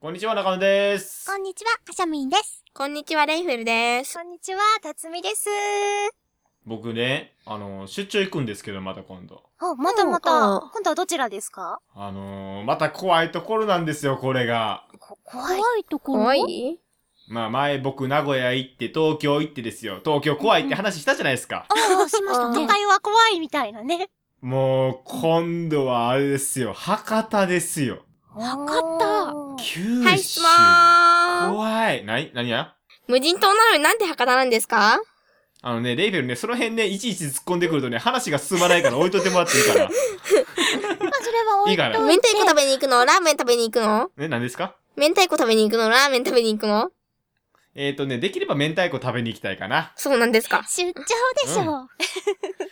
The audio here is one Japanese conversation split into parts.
こんにちは、中野です。こんにちは、はしゃみんです。こんにちは、レイフェルです。んにちは、たつみです。僕ね、あの、出張行くんですけど、また今度。お、またまたうんうん、今度はどちらですかあのー、また怖いところなんですよ、これが。こ怖怖いい。ところいまあ前僕名古屋行って、東京行ってですよ。東京怖いって話したじゃないですか。おお、し ましたうんね。都会は怖いみたいなね。もう、今度はあれですよ、博多ですよ。わかた。九州。はい、質問怖い。なに、なにや無人島なのになんで博多なんですかあのね、レイフェルね、その辺ね、いちいち突っ込んでくるとね、話が進まない から置いといてもらっていいから。まあ、それは置いといいいて。か明太子食べに行くのラーメン食べに行くのね、何ですか明太子食べに行くのラーメン食べに行くのえっ、ー、とね、できれば明太子食べに行きたいかな。そうなんですか出張でしょ。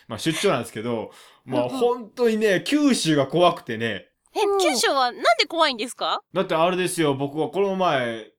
まあ出張なんですけど、まあうんうん本当にね、九州が怖くてね。え、九州はなんで怖いんですかだってあれですよ、僕はこの前、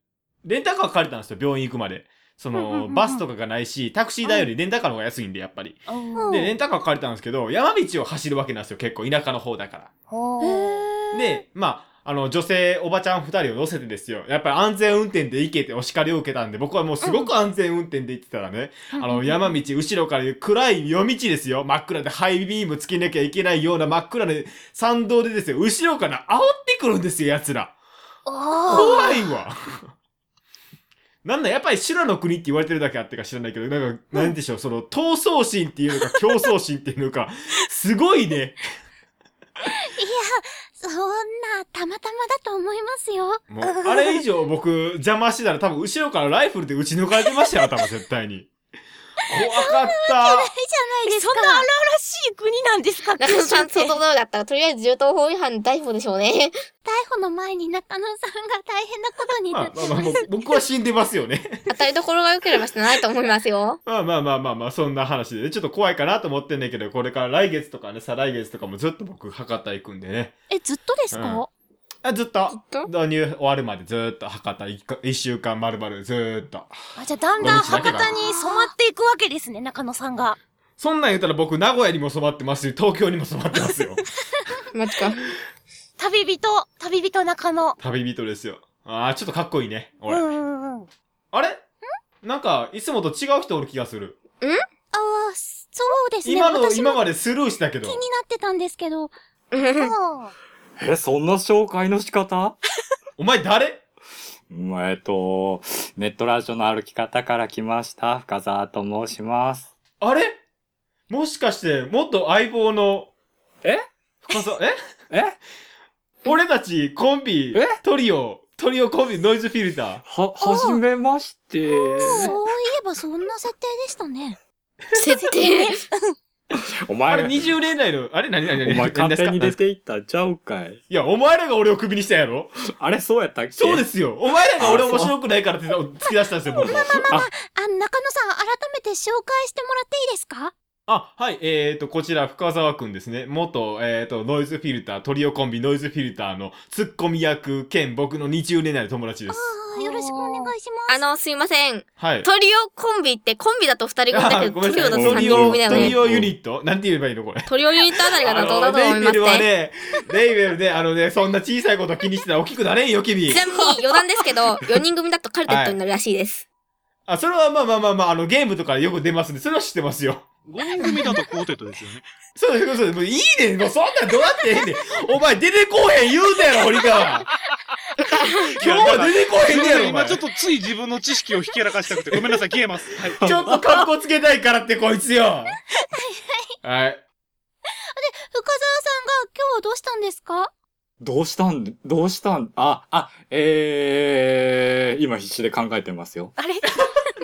レンタカー借りたんですよ、病院行くまで。そうんうんうんの、うんバスとかがないし、タクシー代よりレンタカーの方が安いんで、やっぱり。うんで、レンタカー借りたんですけど、山道を走るわけなんですよ、結構、田舎の方だかへほうーら。で、まあ、あの、女性、おばちゃん二人を乗せてですよ。やっぱり安全運転で行けってお叱りを受けたんで、僕はもうすごく安全運転で行ってたらね、あの、山道、後ろから暗い夜道ですよ。真っ暗でハイビームつけなきゃいけないような真っ暗で山道でですよ。後ろから煽ってくるんですよ、奴ら。おー怖いわ。なんだ、やっぱり修羅の国って言われてるだけあってか知らないけど、なんか、なんでしょう、その、闘争心っていうのか、競争心っていうのか、すごいね。そんな、たまたまだと思いますよ。もう、あれ以上僕、邪魔してたら多分後ろからライフルで撃ち抜かれてましたよ、多分絶対に。怖かった。 ないえですそかんな荒々しい国なんです か中野さん、九州想っ像通りだったら、とりあえず銃刀法違反逮捕でしょうね。 逮捕の前に中野さんが大変なことにまなあってまあままあ、す。僕僕は死んでますよね。 当たりどころが良ければしてないと思いますよ。まあまあまあまあまあ、そんな話で、ちょっと怖いかなと思ってんだけど、これから来月とかね、再来月とかもずっと僕、博多行くんでね。え、ずっとですうんかあずっと、と導入終わるまでずっと博多一か一週間丸々ずっと。あ、じゃあだんだん土日だけ博多だに染まっていくわけですね、中野さんが。そんなん言ったら僕、名古屋にも染まってますし、東京にも染まってますよ。 マジか。旅人、旅人中野。旅人ですよ。ああ、ちょっとかっこいいね。うん俺。うんうん。あれなんか、いつもと違う人おる気がする。ああ、そうですね。今の、私今もまでスルーしたけど気に。なってたんですけど、え、そんな紹介の仕方お前誰うんえっと、ネットラジオの歩き方から来ました、深澤と申します。あれもしかして、元相棒の、え深澤、ええ俺たちコンビえ、トリオ、トリオコンビノイズフィルタは、はじめまして。そういえばそんな設定でしたね。設定。おー。あれ前、 20年代の、あれ何何お何前何勝手に何で出すかていったんちゃうかい。いや、お前らが俺をクビにしたやろあれ、そうやったっけ。そうですすよ。お前らが俺面白くないからって突き出したんですよ、僕。あ、中野さん、改めて紹介してもらっていいですかあ、はい、えーと、こちら、深沢くんですね。元、えーと、ノイズフィルター、トリオコンビノイズフィルターのツッコミ役兼僕の20年代の友達です。ああ、よろしくお願いします。あの、すいません。はい。トリオコンビって、コンビだと二人組だけあど、ごめんトなリオさい。だとト三リ人組オ、だよトリね。オユニットなんて言えばいいのこれ。トリオユニットあたりが妥当だと思レいイまベすルはね。ね、レイベルで、あのね、そんな小さいこと気にしてたら大きくなれんよ、君ち。なみに余談ですけど、4人組だとカルテットになるらしいです。あ、それはまあまあまあまあ、あの、ゲームとかよく出ますんで、それは知ってますよ。 5人組だとコーテットですよね。そうです、そうです。もういいねん、もうそんなんどうやってええねん。お前出てこうへん言うたやろ、堀 川。今日は出てこうへんねやろ、お今前。ちょっとつい自分の知識をひけらかしたくて、ごめんなさい、消えます。はい。 ちょっと格好つけたいからって、こいつよ。はい。はい。深澤さんが今日はどうしたんですかどうしたん、どうしたん、あ、あ、えー、今必死で考えてますよ。あれ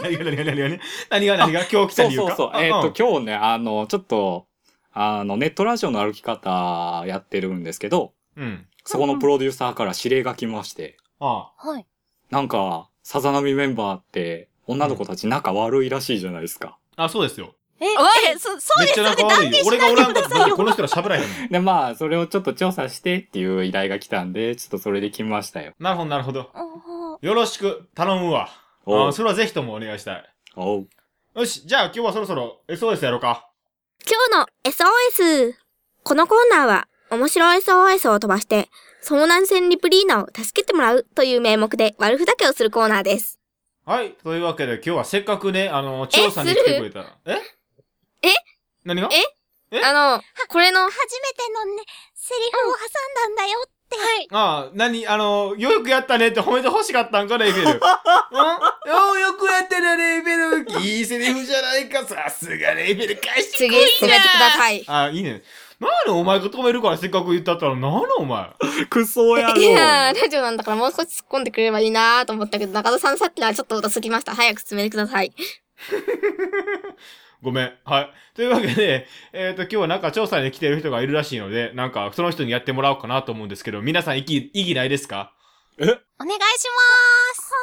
何が何が何が何が何が何が今日来たそう理由そうか。そう。あえっ、うんと、今日ね、あの、ちょっと、あの、ネットラジオの歩き方やってるんですけど、うん。そこのプロデューサーから指令が来まして、あはい。なんか、さざ波メンバーって、女の子たち仲悪いらしいじゃないですか。あ。あ、そうですよ。え、いえ、そ、そうめでっすちゃよね。仲な悪いよんで。し俺がおらんかったらない多分でくこだの人ら喋らへんもん。で、まあ、それをちょっと調査してっていう依頼が来たんで、ちょっとそれで来ましたよ。なるほど、なるほど。あーよろしく、頼むわ。おあうそれはぜひともお願いしたい。おうよし、じゃあ今日はそろそろ SOS やろうか。今日の SOS。このコーナーは、面白 SOS を飛ばして、遭難船リプリーナを助けてもらうという名目で悪ふざけをするコーナーです。はい。というわけで、今日はせっかくね、あの、調査に来てくれた。ええ何がええあの、 これの、初めてのね、セリフを挟んだんだよ。はい。ああ、何あの、よくやったねって褒めて欲しかったんか、レイベル。うんようよくやったね、レイベル。いいセリフじゃないか。さすがレイベル返して。次、進めてください。ああ、いいね。なんでお前が止めるからせっかく言ったったら、なんでお前。クソ野郎いやー、ラジオなんだからもう少し突っ込んでくれればいいなーと思ったけど、中田さんさっきのはちょっと遅すぎました。早く進めてください。ごめん。はい。というわけで、えっ、と、今日はなんか調査に来てる人がいるらしいので、なんかその人にやってもらおうかなと思うんですけど、皆さん意義、意義ないですかお願いし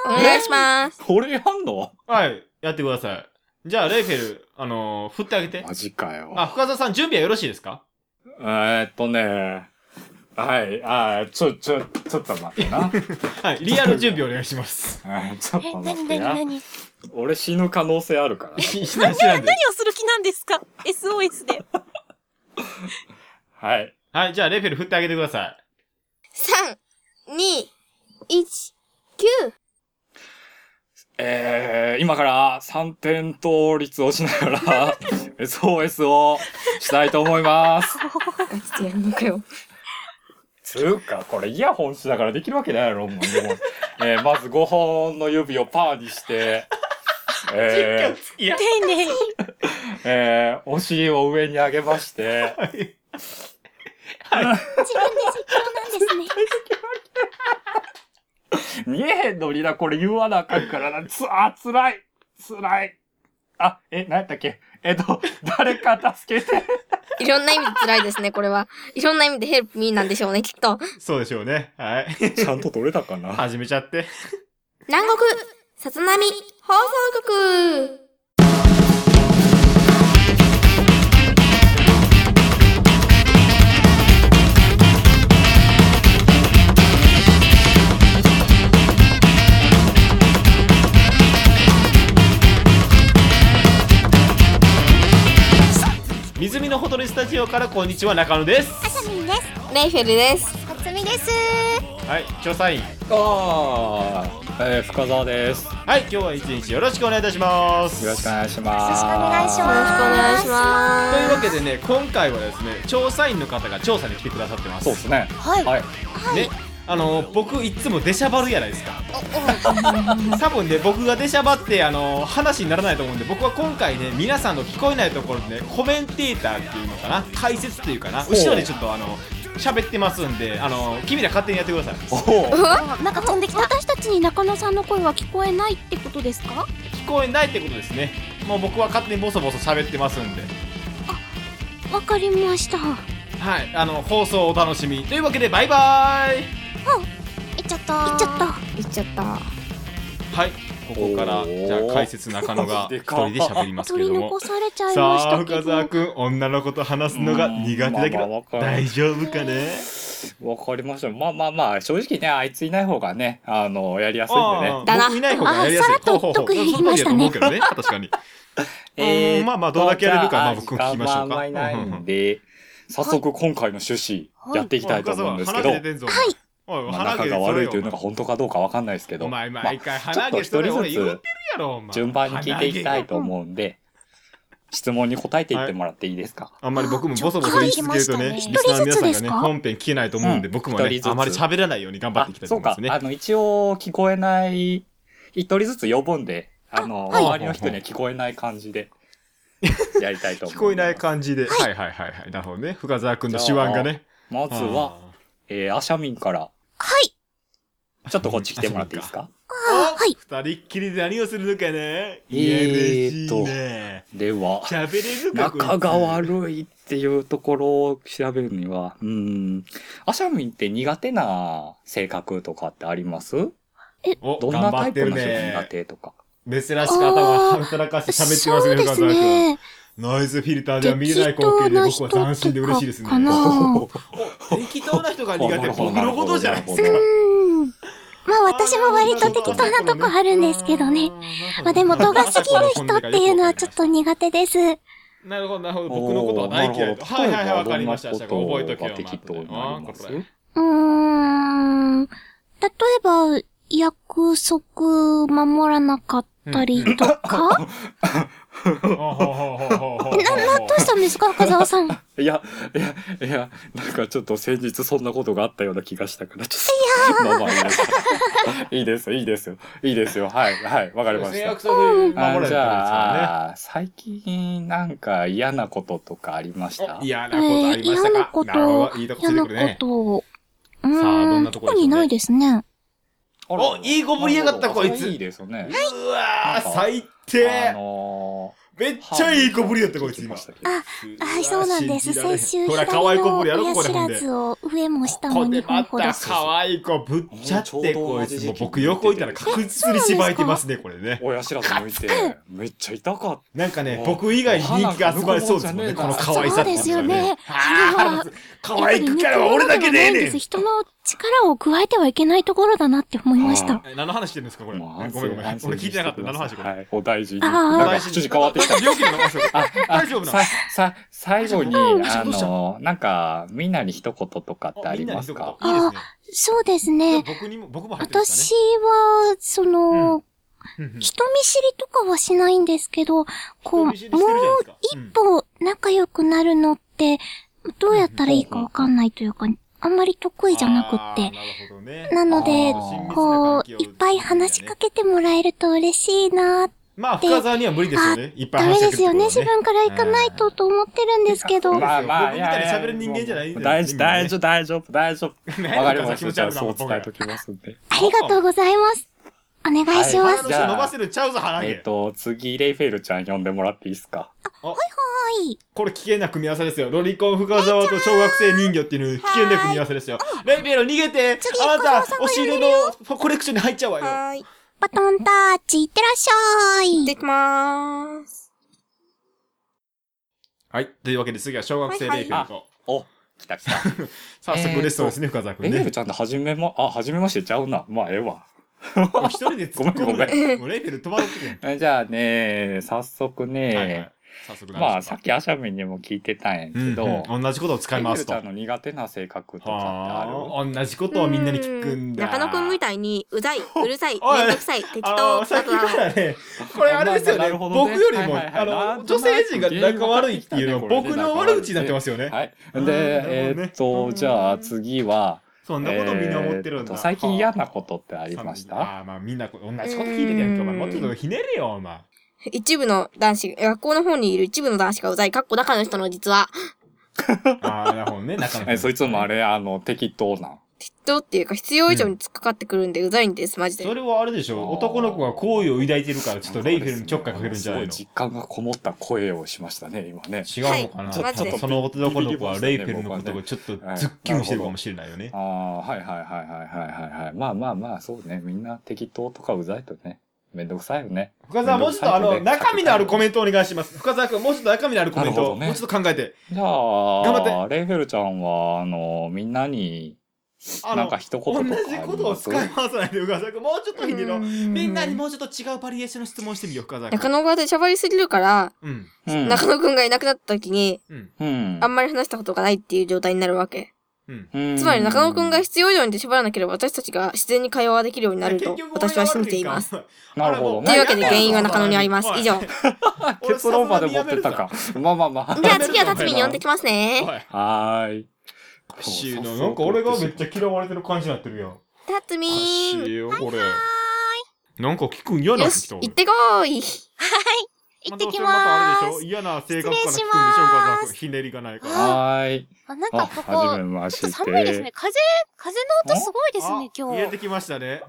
お願いします。これやんのはい。やってください。じゃあ、レイフェル、あのー振ってあげて。マジかよ。あ、深澤さん、準備はよろしいですかえー、っとね。はい、あーちょ、ちょ、ちょっと待ってな。はい。リアル準備お願いします。うんちょっまとす。え、なにな待ってになな。に俺死ぬ可能性あるからな。しないしないで。何をする気なんですか ?SOS で。はい。はい。じゃあ、レイフェル振ってあげてください。 3、2、1、9。えー、今から3点倒立をしながら SOS をしたいと思います。あ、ちょっとやんのかよ。つうか、これイヤホンしながらできるわけないやろ、もう。でも えー、まず5本の指をパーにして、えー、いや、丁寧に。えー、お尻を上に上げま して、自分で実況なんですね。見えへんのにな、これ言わなあかんからな。つ、あ、つらい。つらい。あ、え、なんだっけ。えっと、 誰か助けて。いろんな意味で辛いですね、これは。いろんな意味でヘルプミーなんでしょうね、きっと。そうでしょうね。はい。ちゃんと取れたかな始めちゃって。南国、さつなみ、放送局水見のほとりスタジオから、こんにちは、中野です。あさみんです。レイフェルです。はつみです。はい。調査員。ああ、えー、深澤です。よはい。今日は一日よろしくお願いいたします。ろしくお願いします。よろしくお願いしよろしくおま願いしまというわす。けでね、今回はですね、調査員の方が調査に来てくださってます。そうですね。はい。はい。ね、あの僕いつも出しゃばるやないですか。多分ね僕が出しゃばってあの話にならないと思うんで僕は今回ね皆さんの聞こえないところでねコメンテーターっていうのかな解説というかなほう後ろでちょっとあの喋ってますんであの君ら勝手にやってください。おお。あなんか飛んできた。私たちに中野さんの声は聞こえないってことですか聞こえないってことですね。もう僕は勝手にボソボソ喋ってますんで。わかりました。行はい、あの放送をお楽しみというわけでバイバーイ。っちゃった。っちゃった。言っちゃった。はい、ここからおーじゃあ解説中野がマジで一か人で喋りますけ取どりも残。されちゃいましさあたけ深ど。澤君女の子と話すのが苦手だけうんまあまあどわかる大丈夫かねわかりました。まあまあまあ、正直ね、あいついない方がね、あの、やりやすいんであね。あだな僕いない方がやりやすいあさらっとほうほうほう得意言いましそたねの通りだと思うけどね確かにえーまあまあどんだけやれるかじゃまあ僕も聞きましょうか時間はあんまりないんで、早速今回の趣旨、やっていきたいと思うんですけど、はいおいまあ鼻毛仲が悪いというのが本当かどうかわかんないですけおど、ま前あち毎回ょ鼻っと毛一それ人俺言ってずるやろお前つ順番に聞いていきたいと鼻毛思うんで、質問に答えていってもらっていいですかあんまり僕もボソボソ言い続けるとねはいリスナーの皆さん一人ずつでがすねか本編聞けないと思うんでうん僕もね一人ずつあまり喋らないように頑張っていきたいとそう思いまかすねあの一応聞こえない一人ずつ呼ぶんであのはい周りの人には聞こえない感じでやりたいと聞思いますこえない感じではいはいはいはいなるほどね深澤君の手腕がねまずは、あーえー、アシャミンからはい。ちょっとこっち来てもらっていいですかあはい。二人っきりで何をするのかねえいやーっと嬉しいね では喋れるか仲がい悪いっていうところを調べるにはうーんアシャミンって苦手な性格とかってありますおどん頑なタ張イっプてるの人が苦ね手とか珍しく頭働かして喋ってますね深澤そうです君ね。ノイズフィルターでは見れない光景で僕は斬新で嬉しいですね適当な人とかか なお適当な人が苦手あ僕のことじゃないですなるほどなるほどうん。まあ私も割と適当なとこあるんですけどね。まあでも、度が過ぎる人っていうのはちょっと苦手です。なるほど、なるほど。僕のことは大嫌いと。はいはいはい、わかりました。覚えとけよ、適当になりますこれうーん。例えば、約束守らなかったりとか、ほうほうほうほうほうほうほうな、な、どうしたんですか深澤 さん。いやいや、いや、いや、なんかちょっと先日そんなことがあったような気がしたから、ちょっと。まあまあいいですいいですよ、いいですよ。いいですよ。はい、はい、わかりまし制た約。守られあてるんですじかゃあ、最近なんか嫌なこととかありましらねた。お嫌なことあえー、りまし嫌たなかこなるほとど、いいと、こつ嫌いてなくるねこ。と。うさあどーんん、なとこでしょ特うねにないですね。あらおいい子ぶりやがったこいつそれいいですよね。うわー、最あ低のめっーちゃいい子ぶりやった、こいつ今。あ、はい、そうなんです。うわー先週、信じられんほら、可愛い子ぶりやろ、こ親れ知ほんらで。ずを上もこ下もこで2本まほど。た可愛い子ぶっちゃってこいつもう僕横いたら確実に芝居てますねこれね親知らず向いて、めっちゃ痛かった。なんかねお僕以外に人気が集まりそうですもんねこ花のが可愛さそっうていでのはすよね。あー可愛くからは俺だけでええねん人の力を加えてはいけないところだなって思いましはた。え何の話してるんですかこれごもうめん安静ごめん俺聞いてなかった何の話これはい、お大事に。あーなんか筋変わってきた。料金の話あ、あ大丈夫なのさ、さ、最後に、大丈夫あどうしたの、なんか、みんなに一言とかってありみんなまにす一か言いいですねそうですでもね。僕にも僕も入ってるんです私は、その、かねうんうん人見知りとかはしないんですけど、こう、も人見知りしうてるじゃないですか一歩仲良くなるのって、どうやったらいいかわかんないというか、あんまり得意じゃなくあーって。なるほどねなのであー親密な関こう、係をいっぱい話しかけてもらえると嬉しいなーまあ深沢には無理ですよねいっぱいダ話メしかでけすてよね。自くるのは分から行かないとと思ってるんですけど。うんまあまあ、僕いみたやいいにや喋れる人間じゃないんだよ大丈夫、今ね大丈夫、大丈夫、大丈夫。ねわかりま気し持た。ちじゃ悪あ、くなるそう伝え僕ときますんで。ありがとうございます。お願いします。鼻の下伸ばせるちゃうぞ鼻毛、えっと、次、レイフェルちゃん呼んでもらっていいですかはい。これ危険な組み合わせですよ。ロリコン深沢と小学生人魚っていう危険な組み合わせですよ。レイベロ逃げて次あなた、深お澤さんが尻のコレクションに入っちゃうわよ。はーい。いバトンタッチ、いってらっしゃい。ってきまーす。はい。というわけで次は小学生レイベロと。お、来た来た。早速レストですね、深沢くレんイフェねル。ちゃんって、はじめま、あ、はじめましてちゃうな。まあ、ええわ。もう一人で突っ込むごめんごね。もうレイベロ戸惑ってくえじゃあね、早速ね、れ。はいはい。早速まあさっききアシャミンにも聞いてたんやけど、うんうん同じことを使いまエルすちと。ゃんの苦手な性格とかっあー同じことをみんなに聞くんだ。中野くんみたいに、うざい、うるさい、おいめんどくさい、適あ当の、さっだきかな。らね、これあれですよまあね。なるほど僕ねよりも、はいはいはいあなの、んと女な性く陣が仲悪いっていうのは、原僕因分かってきたのねこれね悪口になってますよあねる。。はい。で、うんえなるほどねーっと、じゃあ次は、そんなことみんな思ってるんえーだ。っと最近嫌なことってありましたああ、まあみんなこ同じこと聞いてるやんけ、お前。もうちょっとひねれよ、お前。 一部の男子、学校の方にいる一部の男子がうざい、かっこ中の人の実は、ああ、なるほどね、中野えそいつもあれ。れ、あの、適当な。どうっていうか必要以上に突っかかってくるんでうざいんです、マジでそ。れはあれでしょ男の子が好意を抱いてるから、ちょっとレイフェルにちょっかいかけるんじゃないのすごい実感がこもった声をしましたね、今ね。違うのかな、はいちょっマジとでその男の子はレイフェルのことをちょっとズッキュンしてるかもしれないよね。ああ、はいはいはいはいはいはいはい。まあまあまあ、そうね。みんな適当とかうざいとね。めんどくさいよね。深澤、もうちょっとあの、中身のあるコメントお願いします。深澤君、もうちょっと中身のあるコメンなるトほを、どねもうちょっと考えて。じゃ頑あ、レイフェルちゃんは、あの、みんなに、あなんのか、一言とか同あります。じことを使い回さないで、深澤君、もうちょっとひねろう。みみんなにもうちょっと違うバリエーションの質問してみよう、深澤中君。野がでしゃばりすぎるから、うん。うん。中野くんがいなくなった時に、うん。うんあんまり話したことがないっていう状態になるわけ。うん。うんつまり中野くんが必要以上に縛らなければ私たちが自然に会話ができるようになると結局私は信じています。。なるほどあれもね。というわけでや原因は中野にありますおい以上おい結論まで持ってったか。まあまあまあ。じゃあ次は辰巳に呼んできますおね。いはーい。おかしいな。なんか俺がめっちゃ嫌われてる感じになってるやん。お辰かし巳いよ、これ。なんか聞くん嫌なよ人し、。行ってこーい。行ってきまたまあれーでしょす。嫌な性格から聞くんでしょ失礼しまーすひねりがないから。はーい。あなんあ、かここ、はじめましちょて。っと寒いですね。風、風の音すごいですね、今入れ日て。きましたね。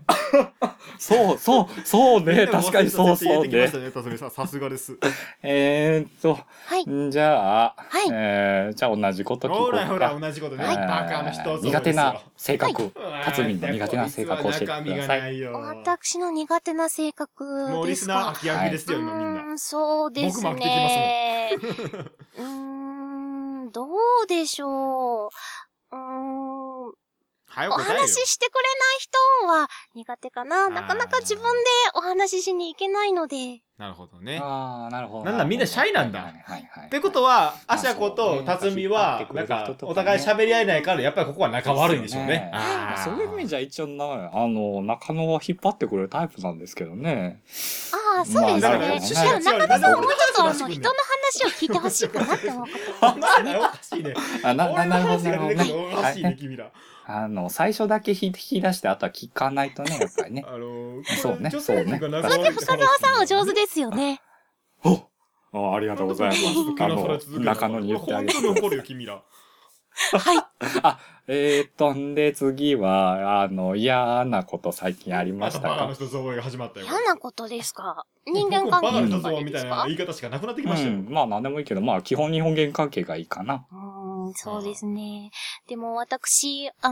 そう、そう、そうね。確かにそ入うそれうてきまねし。たね、辰巳さん。さすが です。えーっと、はい。んじゃあ、はいえーじゃあ同じこと聞こほうか。らほら、同じことね。えーバカの人。苦手な性格。辰巳の苦手な性格を教えてください私の苦手な性格もうリでスすナーか。秋役ですよ、今みんうーな。んそうです僕も飽きてきね。うーん、どうでしょう。うーん、早おく答えよ話ししてくれない人は苦手かな。なかなか自分でお話ししに行けないので。なるほどねああ、なるほど。なんだみんなシャイなんだはいはいはい。ってことは、あアシャコそうとね辰巳引はっ、張なってんくれる人かと、かねお互い喋り合えないから、やっぱりここは仲悪いんでしょうそうですねよ。まあそういう意味じゃ一応な、あの、中野は引っ張ってくれるタイプなんですけどね。ああ、そうですまあね。なるほどねじゃあ中田さんもうちょっとなあのんで俺の話を出してくんの人の話を聞いてほしいかなって思うことあまあおかしいね。あ、な、な、俺のなるほど、話なるがほど出てくるのおね。かはしいね、い。君ら。あの、最初だけ引き出して、あとは聞かないとね、やっぱりねあ。のそうね女性力が仲悪いそうねかそら深う澤さんお上手ですよね。 おあありがとうございます。あの、中野に言ってあげて本当。に怒るよ、君ら。はい。えーっと、んで、次は、あの、嫌なこと最近ありまましたたバカのか人覚えが始まったよ。嫌なことで すか人間バ関カの係人とかぞみでたすいなか言い方しかなくなってきうましたよ。ん、まあ、なんでもいいけど、まあ、基本日本間関係がいいかな。うーん、そうですね。でも私、あ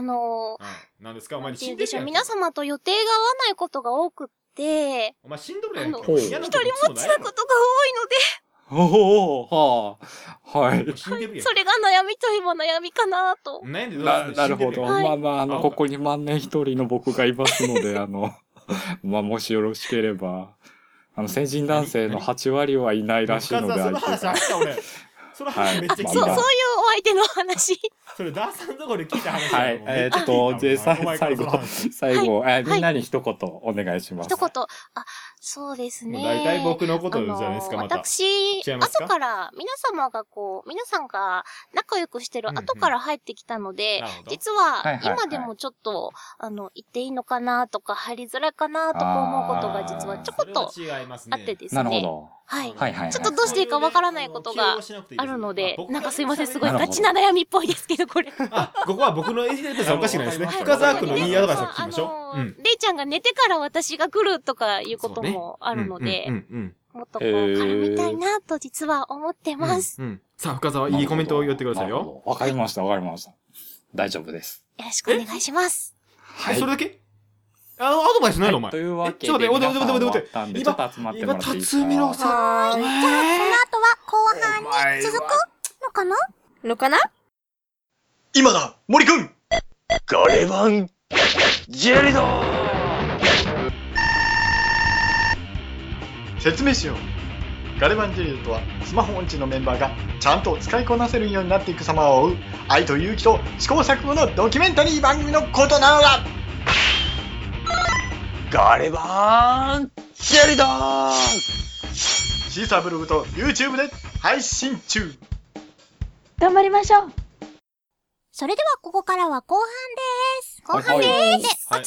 うの、ん何ですかお前なんにて死言うんでんでるしょやう、ん皆様と予定が合わないことが多くって、お前死んどるやんあけ。の嫌なこといつもな持ちいなやことがおお、はあ、はいろ。死んでる多いので、やんそれが悩みといえば悩みかなと。悩んでどうすな、んのなるほど。。はいまあまあ、あの、あここに万年一人の僕がいますので、あの、 まあ、もしよろしければ、あの、成人男性の8割はいないらしい深ので、澤その相手話あがっ。た俺。その話めっちゃ聞いそう、そういうた。お相手の話。それダーさんとこで聞いた話はい、えーちょっと、じゃあさ最後、最後、えーはいみんなに一言お願いします。一言、あ、そうですね。大体僕のこあとじのゃないですか、また。私、違いますか後から、皆様がこう、皆さんが仲良くしてる後から入ってきたので、なるほど実はいは、はいはい今でもちょっと、あの、言っていいのかなとか、入りづらいかなとか思うことが実はちょこっとそれは違いますあねってですね。なるほど。はい。はいはいはいちょっとどうしていいかわからないことがあるので、なんかすいません、すごいガチな悩みっぽいですけど、これ。あ、ここは僕のエリザベスさんおかしくないですね。なるほど深澤君のいいいいアアドドババイイススをを聞聞ききましょあう。の、レイちゃんが寝てから私が来るとかいうこともあるので、うんうんもっとこう、絡みたいなと実は思ってうんます。うんうんさあ、深澤、いいコメントを言ってくださいなるよ。ほど。わかりました、わかりました。大丈夫です。よろしくお願いします。はえい。それだけあの、アドバイスないのお前。というわけで、えちょっと待って待って待って待って待って。ちょっと集まっても今、らっていいで辰すか巳郎さん。この後は後半に続くのかなのかな今だ森くんガレバンジェリド説明しようガレバンジェリドとはスマホ音痴のメンバーがちゃんと使いこなせるようになっていく様を追う愛と勇気と試行錯誤のドキュメンタリー番組のことなのだガレバンジェリドシーサーブログと YouTube で配信中頑張りましょう。それではここからは後半です。後半でーはいね、集まりま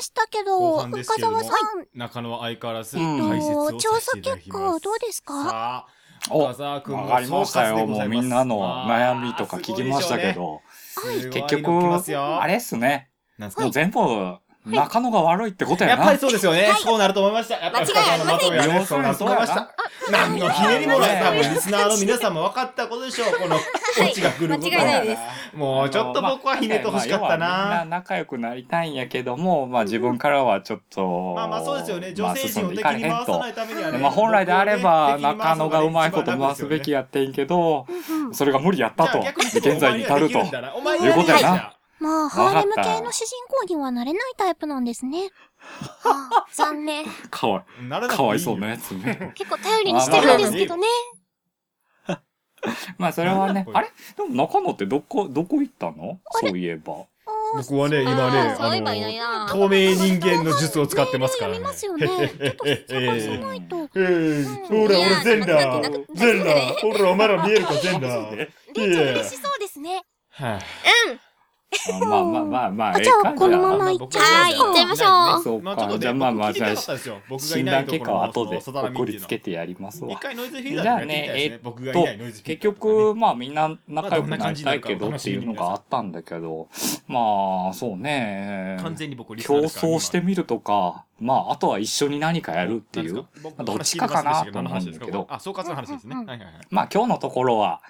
した後けど、半です深けれども澤さん、中野は相変わらずうん解説とを調さ査せていただ結きます。果どうですかさあ、お深澤君もわかりました総括でごよ。もざういみますんなの悩みとか聞きましたけ。ど、あーすごいでしょうね結す局ごいの来ますよあれっすね。なんすかもう全部、中野が悪いってことややっな。ぱりそうですよね。そうなると思いました。やっぱり間違いありません深澤のまとめはねそうなると思いまし要た。何のひねりもない。多分リスナーの皆さんも分かったことでしょう。このオチが来ることは間違いないですもうちょっと僕はひねってほしかったまあ要はみんな。な仲良くなりたいんやけども、まあ自分からはちょっと。まあまあそうですよね。ま女あ性進陣んをで敵いかれにへん回さとないためにはね。まあ本来であれば僕をね中野がうまいこと回すべき。やってんけど、それが無理やった敵とに回すのが現在に至る一番楽ですよねじゃあ逆に言うとお前にはできとんだなお前にはできんいうことやだな。まあ、かったハーレム系の主人公にはなれないタイプなんで すね。あー残念。かわならいなくていいよかわいそうなやつ ね結構頼りにしてるんですけどね。まあそれはねなんだあれでも中野ってどこどこ行ったのそういえば僕はね、今ね、そういえばいないあな。の、透明人間の術を使ってますからメール読みね。ますよね。ちょっと探さないと。ええ、ほら、俺、全裸なんか全裸ほら、お前ら見えるか、全マジ裸でレイちゃん嬉しそうですね。はい。あまあまあまあまああじゃあこのままい行いっ感ちゃはいいますか行っちゃいましょうじそうまあ、ちょっとかねじゃあまあまあ僕じ聞いてなかゃあったですよ。僕がい診ない断と結こ果ろはの後でその定波送っていりうつのけてやりますわ一回ノイズフィーダーでやってみたいですね。僕がいないノイズフィーダー。結局、まあみんな仲良くなりたいけどっていうのがあったんだけど、まあそうね、完全に僕リスナー競ですから争してみるとか、まああとは一緒に何かやるってい。今何うです僕どっちかかなと思うんだけど話聞いてませんでしたあ、総括の話ですね。うんはういんはいはい。まあ今日のところは、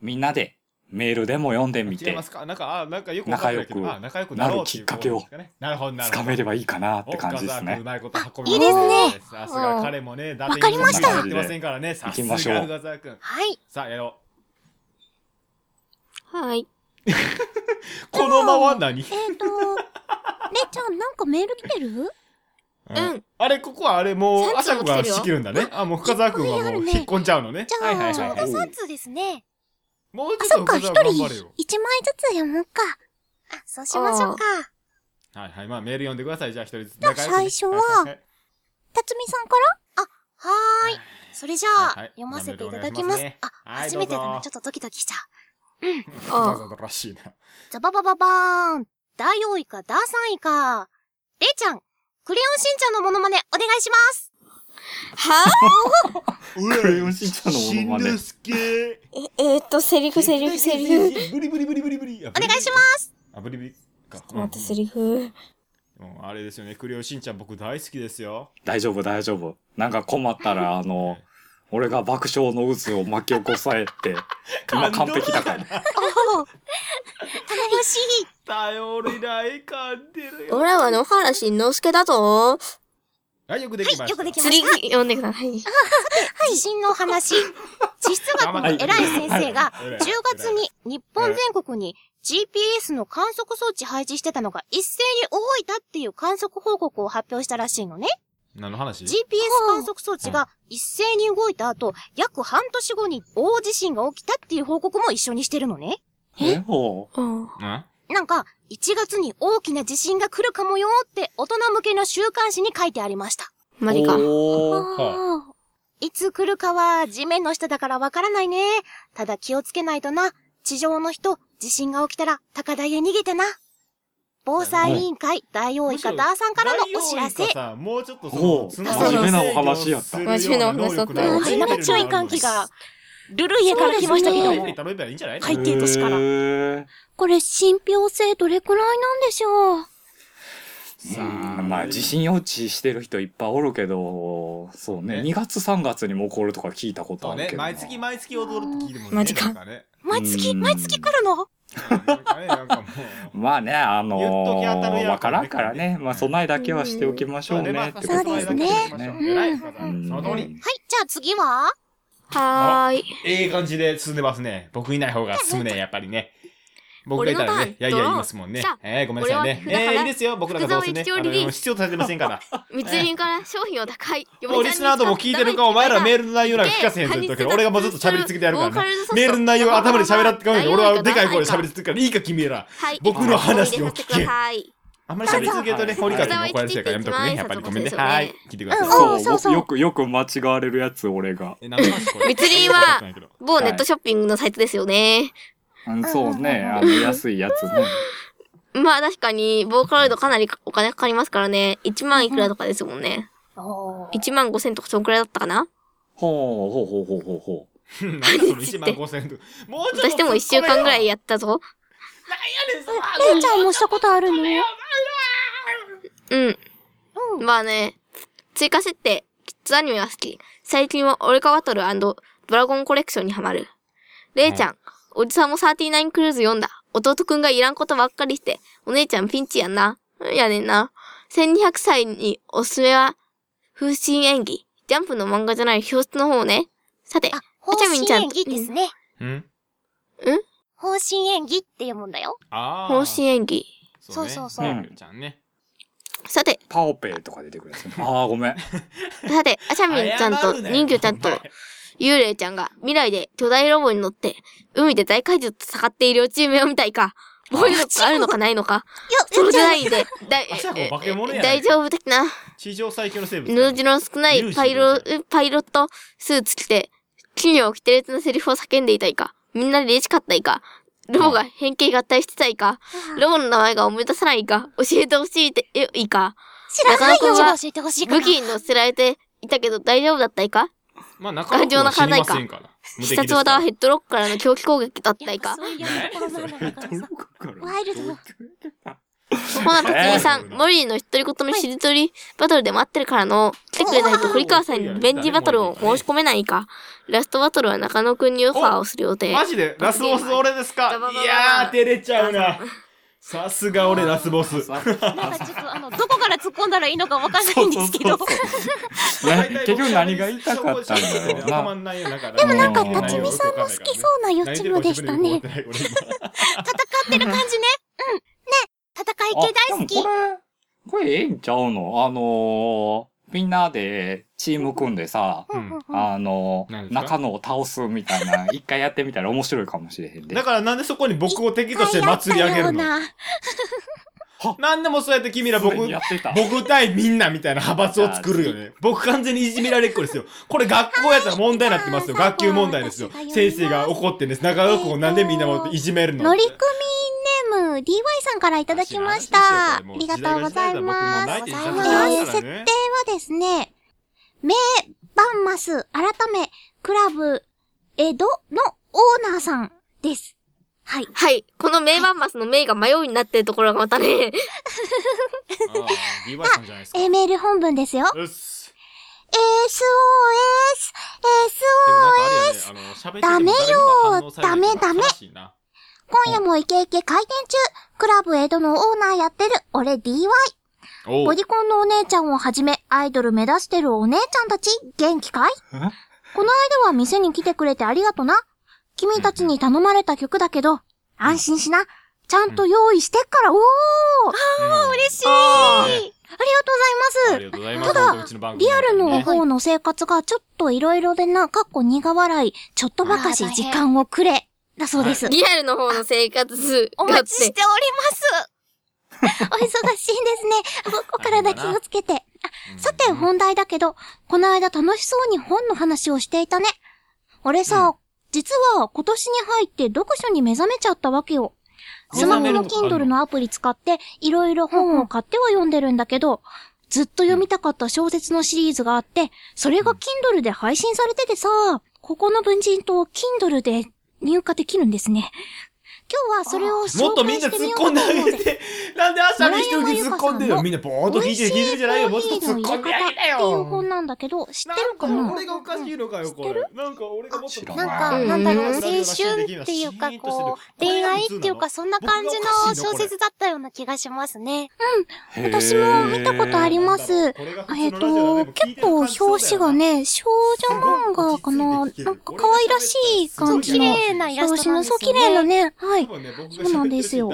みんなでメールでも読んで違みいてま、す かなんか、あ、なんかよくわかんないけど仲良くあ仲良くなろうていうなるきっかけをことですねなるほど、なるつほど。かめればいいかなって感じですお深澤君うね。まいこと運びいいですね。さすが彼もね、だわかりましたやってませんからね。さ行きますしょうが深澤君。はい。さあ、やろはい。この間は何え っ、と、ねえちゃん、なんかメール来てるうん。あれ、ここはあれ、もう、三あし通ゃもく来てるよが仕切るんだね。あ、もう深澤くんはもう引っ込んじゃうのね。じゃはあいはいはいまはだい。 3通ですね。もうあ、ちそょっっか、と一深人澤頑張れ一よ。枚ずつ読もうか。あ、そうしましょうか。はいはい。まあメール読んでください。じゃあ一人ずつ。仲良くね最初はいいい辰巳さんからはーい。それじゃあ、はいはい読ませていただきます。じゃあ、あメールお願いしますねはい初めてだどうな。ぞちょっとドキドキしちゃう。わあざわざらしいな。ザババババーン。ダーヨイカ、ダーサンイカ。レイちゃん、クレヨンしんちゃんのモノマネお願いします。はクレヨンしんちゃんのモノマネしんのすけ。ええーっと、セリフ、セリフ、セリフ。フ。ブリブリブリブリブリ。お。お願いしますあ、ブリブリか。待って、セリ。リフ。うんあれですよね。クレヨンしんちゃん僕大好きですよ。大丈夫大丈夫。なんか困ったら、あの、俺が爆笑の渦を巻き起こさ えって、今完璧だから。おお。楽しい。頼りない感じるよ。俺は野原しんのすけだぞ。はい、よくできまはした。い、よくできま次し、た。読んでください。地震の 話。地質学の偉い先生が、はい10月に日本全国に GPS の観測装置配置してたのが一斉に動いたっていう観測報告を発表したらしいのね。何の話 GPS 観測装置が一斉に動いた後、約半年後に大地震が起きたっていう報告も一緒にしてるのね。えおうん。うんなんか、1月に大きな地震が来るかもよーって大人向けの週刊誌に書いてありました。マジか。おーはいあいつ来るかは地面の下だからわからないね。ただ気をつけないとな。地上の人、地震が起きたら高台へ逃げてな。防災委員会、大王イカダーさんからのお知らせ。ダイオウイカさんもうちょっとほうその真面目なお話やった真面目なお話だったはい、なんか注意喚起が、ルルイエから来ましたけど頼も。めばいいんじゃないのはい海底都市からへーこれ信憑性どれくらいなんでしょうさうんまあ地震予知してる人いっぱいおるけどそうねね2月3月にも起こるとか聞いたことそうあるねけどな毎月毎月踊るって聞いてもんねマジかなんね毎月、うん毎月来るのなんかねなんかもうまあねあ言っとき当たるのやろわからんからねまあ備えだけはしておきましょうねってことそうですね偉い方だうんその通りはい、じゃあ次ははーい。ええ感じで進んでますね僕いない方が進むねやっぱりね僕がいたらね、やいや俺のターン言いますもんねじゃあ。えー、ごめんなさいね。俺はえ福ー、い田いですよ。僕らがどうせね。福あ沢幸雄リリースの、必要とされてませんから。密林から商品を高い。もうリスナーとも聞いてるか、お前らメーールの内容なんか聞かせへんぞって言うけど、俺がもうずっと喋り続けてやるからね。メールの内容頭で喋らってかないで、俺はでかい声で喋り続けるから、いいか君ら。僕の話を聞けはい。あんまり喋り続けるとね、はい堀川君に怒られちゃうからやめとくね。やっぱりごめんね。はい。聞いてください。そうそうそうよくよく間違われるやつ俺がえ、何の話これ密林は、某ネットショッピングのサイトですよね。うんそうねあの安いやつねまあ確かに、ボーカロイドかなりお金かかりますからね。1万いくらとかですもんね。おー1万5千とかそんくらいだったかなほうほうほうほうほうほう何だその1万5000円とか。もうちょっと。私でも1週間ぐらいやったぞ。レイちゃんもしたことあるのうん。まあね、追加設定、キッズアニメは好き。最近はオレカバトルドラゴンコレクションにハマる。レイちゃん、おじさんも39クルーズ読んだ。弟くんがいらんことばっかりして、お姉ちゃんピンチやんな。やねんな。1200歳におすすめは、風神演技。ジャンプの漫画じゃない表室の方ね。さてあ、、方針演技ですね。うん方針演技っていうもんだよ。ああ。方針演技。そうそうそうねちゃんね。さて、パオペイとか出てくるやつねああごめんさて、あちゃみんちゃんと人魚ちゃんと幽霊ちゃんが未来で巨大ロボに乗って海で大怪獣と戦っているチームを見たいか、防御力があるのかないのか、その時代で大あそう化け物やない大丈夫的な地上最強の生物。布地の少ないパイロパイロットスーツ着て、企業を着て列のセリフを叫んでいたいか、みんなで嬉しかったいか、ロボが変形合体してたいか、ロボの名前が思い出さないか、教えてほしいでいいか、知らない中野よくんは教えてほしいか武ら。器に乗せられていたけど大丈夫だったいかまあ、中野くんは死にませんから。無必敵です殺か技らはヘッドロックからの狂気攻撃だったいかやっぱ。そういうところなんだからさ。ワイルドだほな、辰巳さ ん、モリーの一人言のしりとりバトルで待ってるからの、来てくれないと堀川さんにリベンジバトルを申し込めないか、ラストバトルは中野くんにオファーをする予定。マジでラスボス俺ですかババババいやー、照れちゃうな。さすが俺ラスボス。なんかちょっとあの、どこから突っ込んだらいいのかわかんないんですけど。そうそうそうね結局何が言いたかったんだろうな。でもなんか辰巳さんの好きそうな予知夢でしたね。俺今戦ってる感じね。うん。ね、戦い系大好き。あでもこれ、これええんちゃうのあのー、みんなでチーム組んでさ、うんうんうんうんあの何でー、すか中野を倒すみたいな、一回やってみたら面白いかもしれへんで。だからなんでそこに僕を敵として祭り上げるのあなんでもそうやって君ら僕すでにやってた。僕対みんなみたいな派閥を作るよね。 僕完全にいじめられっ子ですよ。これ学校やったら問題になってますよ。学級問題ですよ。先生が怒ってんです。中学校なんでみんなもっていじめるの乗組ネーム DY さんからいただきました。ありがとうございます。す。えー、設定はですね、名バンマス、改め、クラブ、江戸のオーナーさんです。はい。はい。この名盤マスの名が迷うになってるところがまたね、 DY さんじゃないですかえ。ー、メール本文ですよ。うっす。 SOS! で SOS! もなんかあれやね、あの、喋ってても誰にも反応されないのがダメよ悲しいな。今夜もイケイケ開店中クラブ江戸のオーナーやってる俺 DY! おボうディコンのお姉ちゃんをはじめ、アイドル目指してるお姉ちゃんたち、元気かいこの間は店に来てくれてありがとな。君たちに頼まれた曲だけど、安心しな。ちゃんと用意してっから、おーうん嬉しい。あーねあありがとうございますりがとうございます。ただ本当うちの番組リアルのね方の生活がちょっといろいろでな、かっこ苦笑い、ちょっとばかし時間をくれ、だそうです。リアルの方の生活おがあっ待ちしてております。お忙しい ですね。お体気をつけて。さて、本題だけど、この間楽しそうに本の話をしていたね。俺さ、実は今年に入って読書に目覚めちゃったわけよ。スマホの Kindle のアプリ使って、いろいろ本を買っては読んでるんだけど、ずっと読みたかった小説のシリーズがあって、それが Kindle で配信されててさ、ここの文人と Kindle で入荷できるんですね。今日はそれをもっ紹とみ介んな突してみっよう込とんで思あうのげで。て。なんで朝に一人で突っ込んでる丸山由香さんのよ。みんなぼーっと聞いてる、聞いてるじゃないよ。もっと突っ込んであげなっていうよ。本なんだけど、知ってなるんかかな俺がおかしいのかよ、これ。なんか俺がもっと知らなんいか、うんなんだろう、うん青春っていうか、こう、恋愛っていうか、そんな感じの小説だったような気がしますね。私も見たことあります。えっ、と、結構表紙がね、少女漫画かな、なんか可愛らしい感じの綺麗なイラス表ト紙なの、んでそう、すよね。綺麗なね、はい。そうなんですよ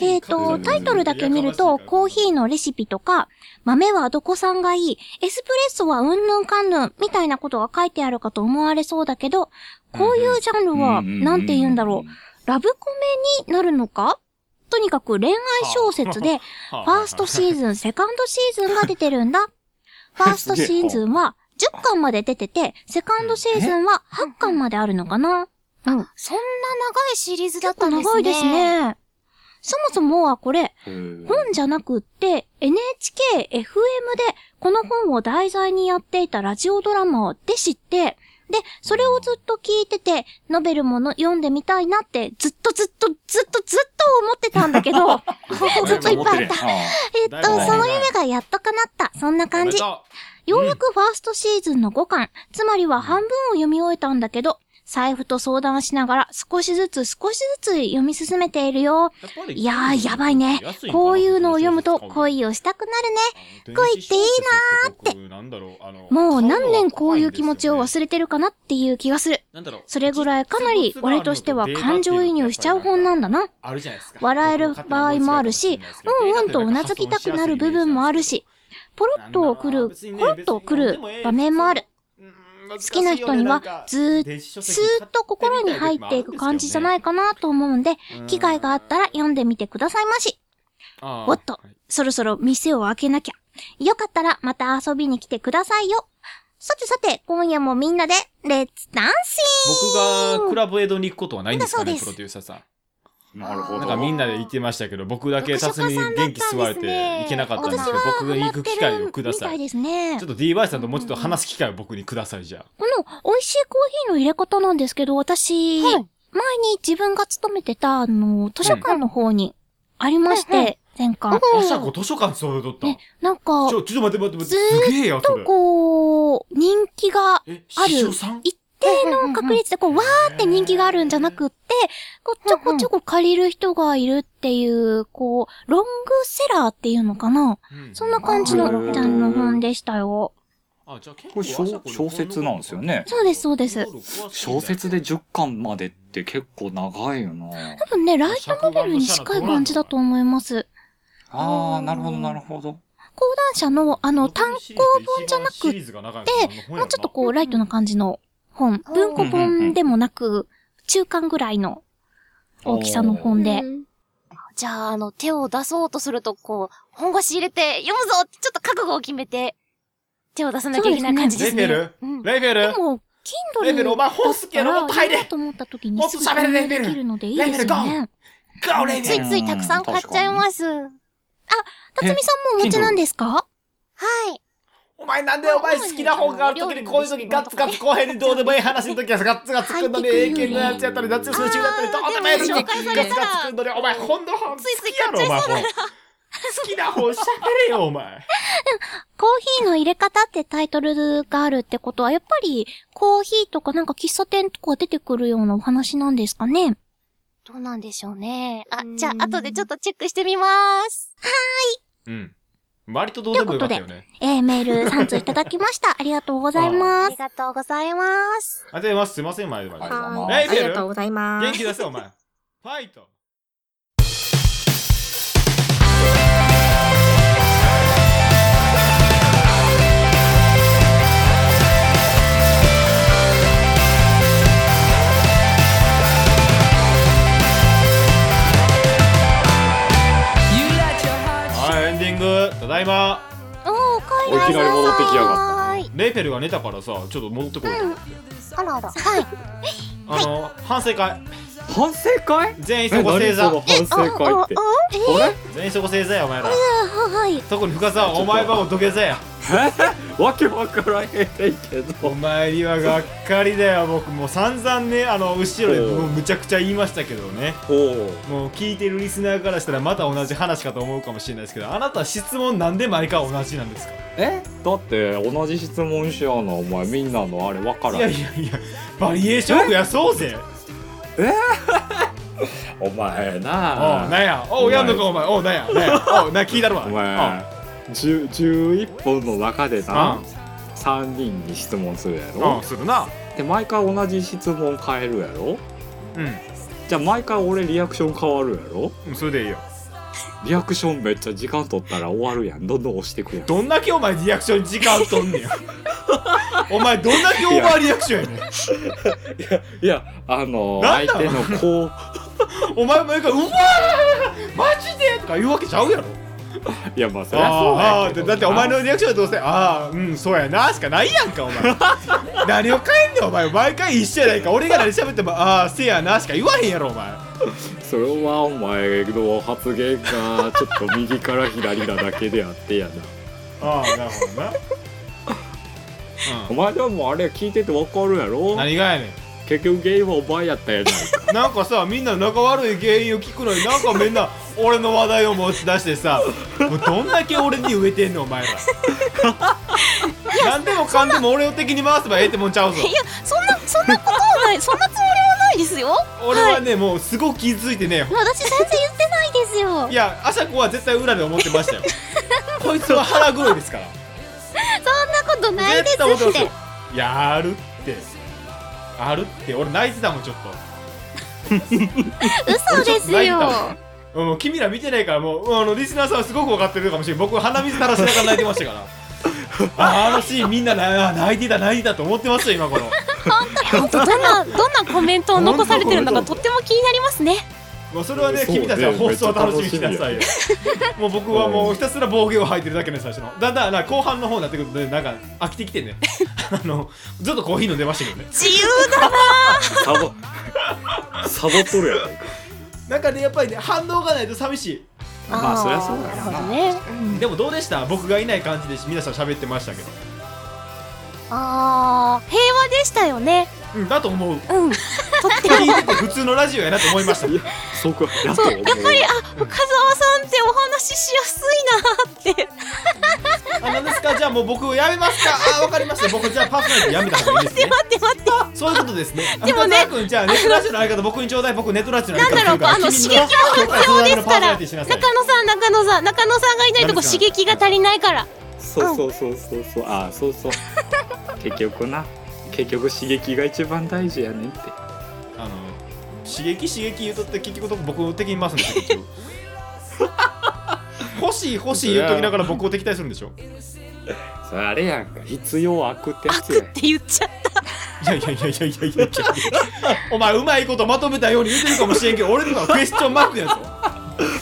えっ、と、タイトルだけ見ると、コーヒーのレシピとか、豆はどこさんがいい、エスプレッソはうんぬんかんぬん、みたいなことが書いてあるかと思われそうだけど、こういうジャンルは、なんて言うんだろう。ラブコメになるのかとにかく恋愛小説で、フファーストシーズン、セカンドシーズンが出てる んだ。ファーストシーズンは10巻まで出てて、セカンドシーズンは8巻まであるのかなそんな長いシリーズだっ結た構んですね。長いです。ね。そもそもはこれ、うん。本じゃなくって、NHK、FM でこの本を題材にやっていたラジオドラマで知って、で、それをずっと聞いてて、ノベルもの読んでみたいなって、ずっとずっとずっとずっと思ってたんだけ ど、 ずっといっぱいあった。え っと、だいぶその夢がやっと叶った。そんな感じ。ようやくファーストシーズンの5巻、つまりは半分を読み終えたんだけど、財布と相談しながら少しずつ少しずつ読み進めているよ。いやー、やばいね。こういうのを読むと恋をしたくなるね。恋っていいなーってもう何年こういう気持ちを忘れてるかなっていう気がする。なんだろうそれぐらいかなり俺としては感情移入しちゃう本なんだな。あるじゃないですか笑える場合もあるし、うんうんとうなずきたくなる部分もあるし、ポロッと送る、コロッと送る場面もある。好好きな人にはずーっとスーッと心に入っていく感じじゃないかなと思うんで、機会があったら読んでみてくださいまし。おっと、そろそろ店を開けなきゃ。よかったらまた遊びに来てくださいよ。さてさて、今夜もみんなで、レッツダンシ僕がクラブエドに行くことはないんですかだそねうですプロデューサーさんなるほなんど。かみんなで行ってましたけど僕だけ読書辰家巳さんにだったん元で気すね吸われて行けなかったんですけどー僕が行く機会をくだみさたいいですねちょっ。と DY さんともうちょっと話す機会を僕にくださいじゃこの美味しいコーヒーの入れ方なんですけど、私、はい前に自分が勤めてた、あの、図書館の方にありましうんうんて、前あ回。朝子図書館そうとったねなんかち、ょちょっと待って待って待ずーっってすげえやそとれこう、人気が、えある師匠さん一定の確率でこう、わーって人気があるんじゃなくって、こう、ちょこちょこ借りる人がいるっていう、こう、ロングセラーっていうのかなそんな感じのうんジャンルの本でしたよ。あ、じゃあ結これ小小説なんですよねそうですそうです小説で10巻までって結構長いよな。多分ね、ライトノベルに近い感じだと思います。ああ、なるほど、なるほど。講談社の、あの、単行本じゃなくて、てもうちょっとこう、ライトな感じの本。うん文庫本でもなく、中間ぐらいの大きさの本でう。んじゃあ、あの、手を出そうとすると、こう、本腰入れて、読むぞってちょっと覚悟を決めて、手を出さなきゃいけない感じですね。レベルうん。レイフェでルも、Kindle レイフェルお前本好きやろだもっっとたら入やろうれと思った時にもっすとぐ喋れレイフェルできるのでいいですレイフェよルね。ゴーレイフつェいついたくさん買っちゃいます。は辰巳さんもお持ちなんですかい。お前なんでお前好きな本があるときにこういうときガッツガッツ後編にどうでもいい話のときはガッツガッツくんのに入永ってくるよね久のやつやったり夏休み中だったりどうでもいいあのーでも紹介にさガれツたらガツくんのにお前本の本好ついついきやろお前本好きな本喋れよお前コーヒーの入れ方ってタイトルがあるってことは、やっぱりコーヒーとかなんか喫茶店とか出てくるようなお話なんですかねどうなんでしょうね。あう、んじゃあ、後でちょっとチェックしてみます。うん割とどうでもよかったよねえー、メール3通いただきま した。ありがとうございあますり。がとうございます。ありがとうございますすいません前ではいははライいいあフェルりがとうございます。元気出せお前ファイトはいエンディングただいまおー、帰おいきなり戻ってきやがっはい。レイフェルが寝たからさちょっと戻ってこいよ、あらあら。はい。あの、反省会た。反省会全員え、そこ正何座その反省会って。あれ全員そこ正座やお前らはい。特に深澤お前はもう土下座やわけわからへんねんけおど。前にはがっかりだよ僕もう散々ねあの後ろでもうむちゃくちゃ言いましたけどねおうもう聞いてるリスナーからしたらまた同じ話かと思うかもしれないですけどあなた質問なんで毎回同じなんですかえだって同じ質問しやなお前みんなのあれわからいやへんいやいやバリエーション増やそうぜお前おうななんやおうやんのかお前おうなんやなんやおうなんや聞いたるわおお前う10 11本の中でうなん3人に質問するやうろんするなで毎回同じ質問変えるやろうじゃあ毎回俺リアクション変わるやろんそれでいいよリアクションめっちゃ時間取ったら終わるやんどんどん押してくやんどんだけお前リアクション時間とんねん お前どんだけオーバーリアクションやねんいやあのなん相だ手のこうお前毎回うわーマジでとか言うわけちゃうやろいやまあそりゃそうあやーあけーどだってお前のリアクションはどうせああうんそうやなしかないやんかお 前何を変えんねんお前毎回一緒やないか俺が何喋ってもああせやなしか言わへんやろお前それはお前の発言がちょっと右から左なだけであって やなああなるほどな、お前でもあれ聞いててわかるやうん、ろ何がやね結局原因はお前やったやないかんなんかさみんな仲悪い原因を聞くのになんかみんな俺の話題を持ち出してさもうどんだけ俺に植えてんのお前ら何でもかんでも俺を敵に回せばええってもんちゃうぞそんな、そんなことはない。そんなつもりはないですよ。俺はね、もうすごく気づいてね私全然言ってないですよい。や朝子は絶対裏で思ってま したよこいつは腹黒いですからそんなことないです絶対思ってまて。すよいやあるってあるって俺泣いてたもんちょっ嘘俺ですちょっよと。泣とうん君ら見てないからもうあのリスナーさんはすごく分かってるかもしれない僕鼻水垂らしながら泣いてましたからああのシーンみんななあ泣いてた泣いてたと思ってますよ今この本当どんな、どんなコメントを残されて るのかとっても気になりますね。もうそれはねそうね君たちは放送を楽しみにしなめっちゃさいよ 楽もう僕はもうひたすら暴言を吐いてるだけね最初のだんだんな後半の方になってくるとねなんか飽きてきてねあのずっとコーヒー飲んでましたけどね自由だサボ サボっとるやないかなんかねやっぱりね反応がないと寂しいまあそりゃそうだなよるなほどね。でもどうでした僕がいない感じで皆さん喋ってましたけどあー、平和でしたよね。うんだと思ううん。とって聞も。いてて普通のラジオやなと思いましたいやそこやと思う深澤さんってお話ししやすいなーって。 あ何ですかじゃあもう僕やめますかあわかりました僕じゃあパーソナリティやめた方がいいですね待って待って。そういうことですねでもね深澤君じゃあネットラジオの相方僕にちょうだい僕ネットラジオの相方なんだろうあの君の刺激は必要ですからパーソナリティしなさい中野さん中野さん中野さんがいないとこ何です刺か激が足りないからそうそうそうそうそうああそう そう結局な結局刺激が一番大事やねんってあの刺激刺激言うとって結局僕を敵に回すんですよ結局欲しい欲しい言うときながら僕を敵対するんでしょそれあれやんか必要悪ってやつ悪やっんて言っちゃっいやいやいやいやいやいやいやお前うまいことまとめたように言ってるかもしれんけど俺のはクエスチョンマークやぞ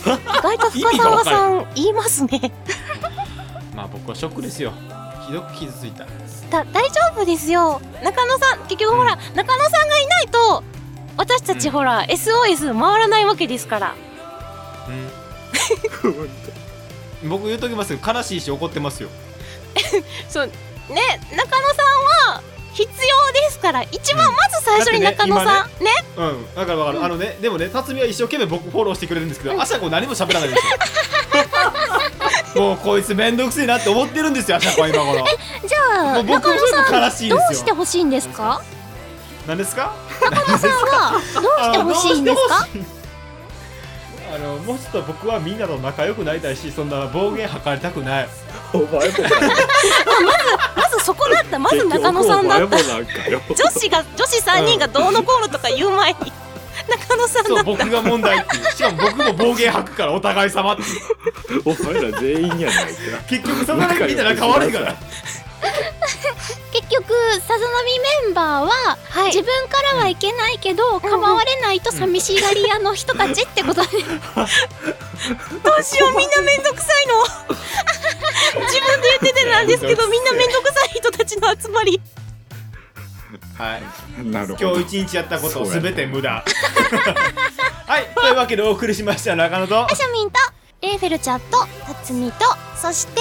た。意外と深澤さん言いますね。まあ僕はショックですよひどく傷ついただ大丈夫ですよ。中野さん結局ほら、中野さんがいないと私たちうんほら、SOS 回らないわけですから。うん僕言うときますよ悲しいし怒ってますよそうね中野さんは必要ですから一番まず最初にだって中ね野さんねうんだからわかる、あのねでもね辰巳は一生懸命僕フォローしてくれるんですけどあしゃこ何も喋らないんですよ もうこいつめんどくせえなって思ってるんですよあしゃこは今頃じゃもあ、う僕中も野さそん、う悲しいんどでうすしてよほしいんですか何ですか中野さんは、どうしてほしいんですあかのどうしてほしいあのもうちょっと僕はみんなと仲良くなりたいしそんな暴言吐かれたくないお前もま ずそこだったまず結局中野さんだお前もなんかよ女子が女子3人がどうのこうのとか言う前に中野さんそだう僕が問題っていうしかも僕も暴言吐くからお互い様っていうお前ら全員やないか結局そんなみんな仲悪いから結局、さざ波メンバーは、はい自分からはいけないけど、構われないと寂しがり屋の人たちってことで、どうしようみんなめんどくさいの自分で言っててなんですけどみんなめんどくさい人たちの集まりはいなるほ 今ど日一日やったことそうやすねべて無駄 はいというわけでお送りしました中野 とシャミンとレーフェルちゃんと辰巳とそして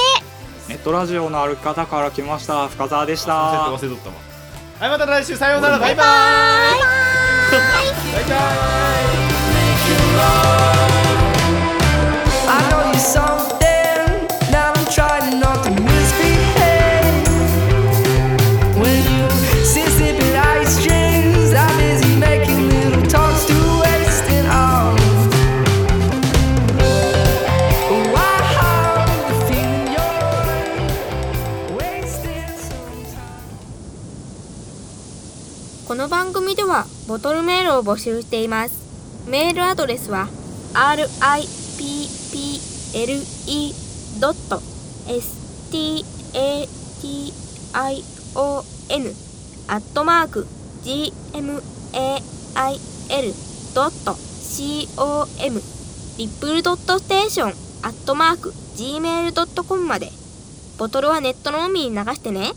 ネットラジオのある方から来ました深澤でした忘れとったわはいまた来週さようならバイバイバイバイ I know you something that I'm trying not to misbehave. When you sit sipping ice drinks, I'm busy making little talks to waste and all. Wow, the feeling you're wasting some time. この番組ではボトルメールを募集していますメールアドレスは riple.station アットマーク gmail.com リップルドットステーションアットマーク gmail.com までボトルはネットの海に流してね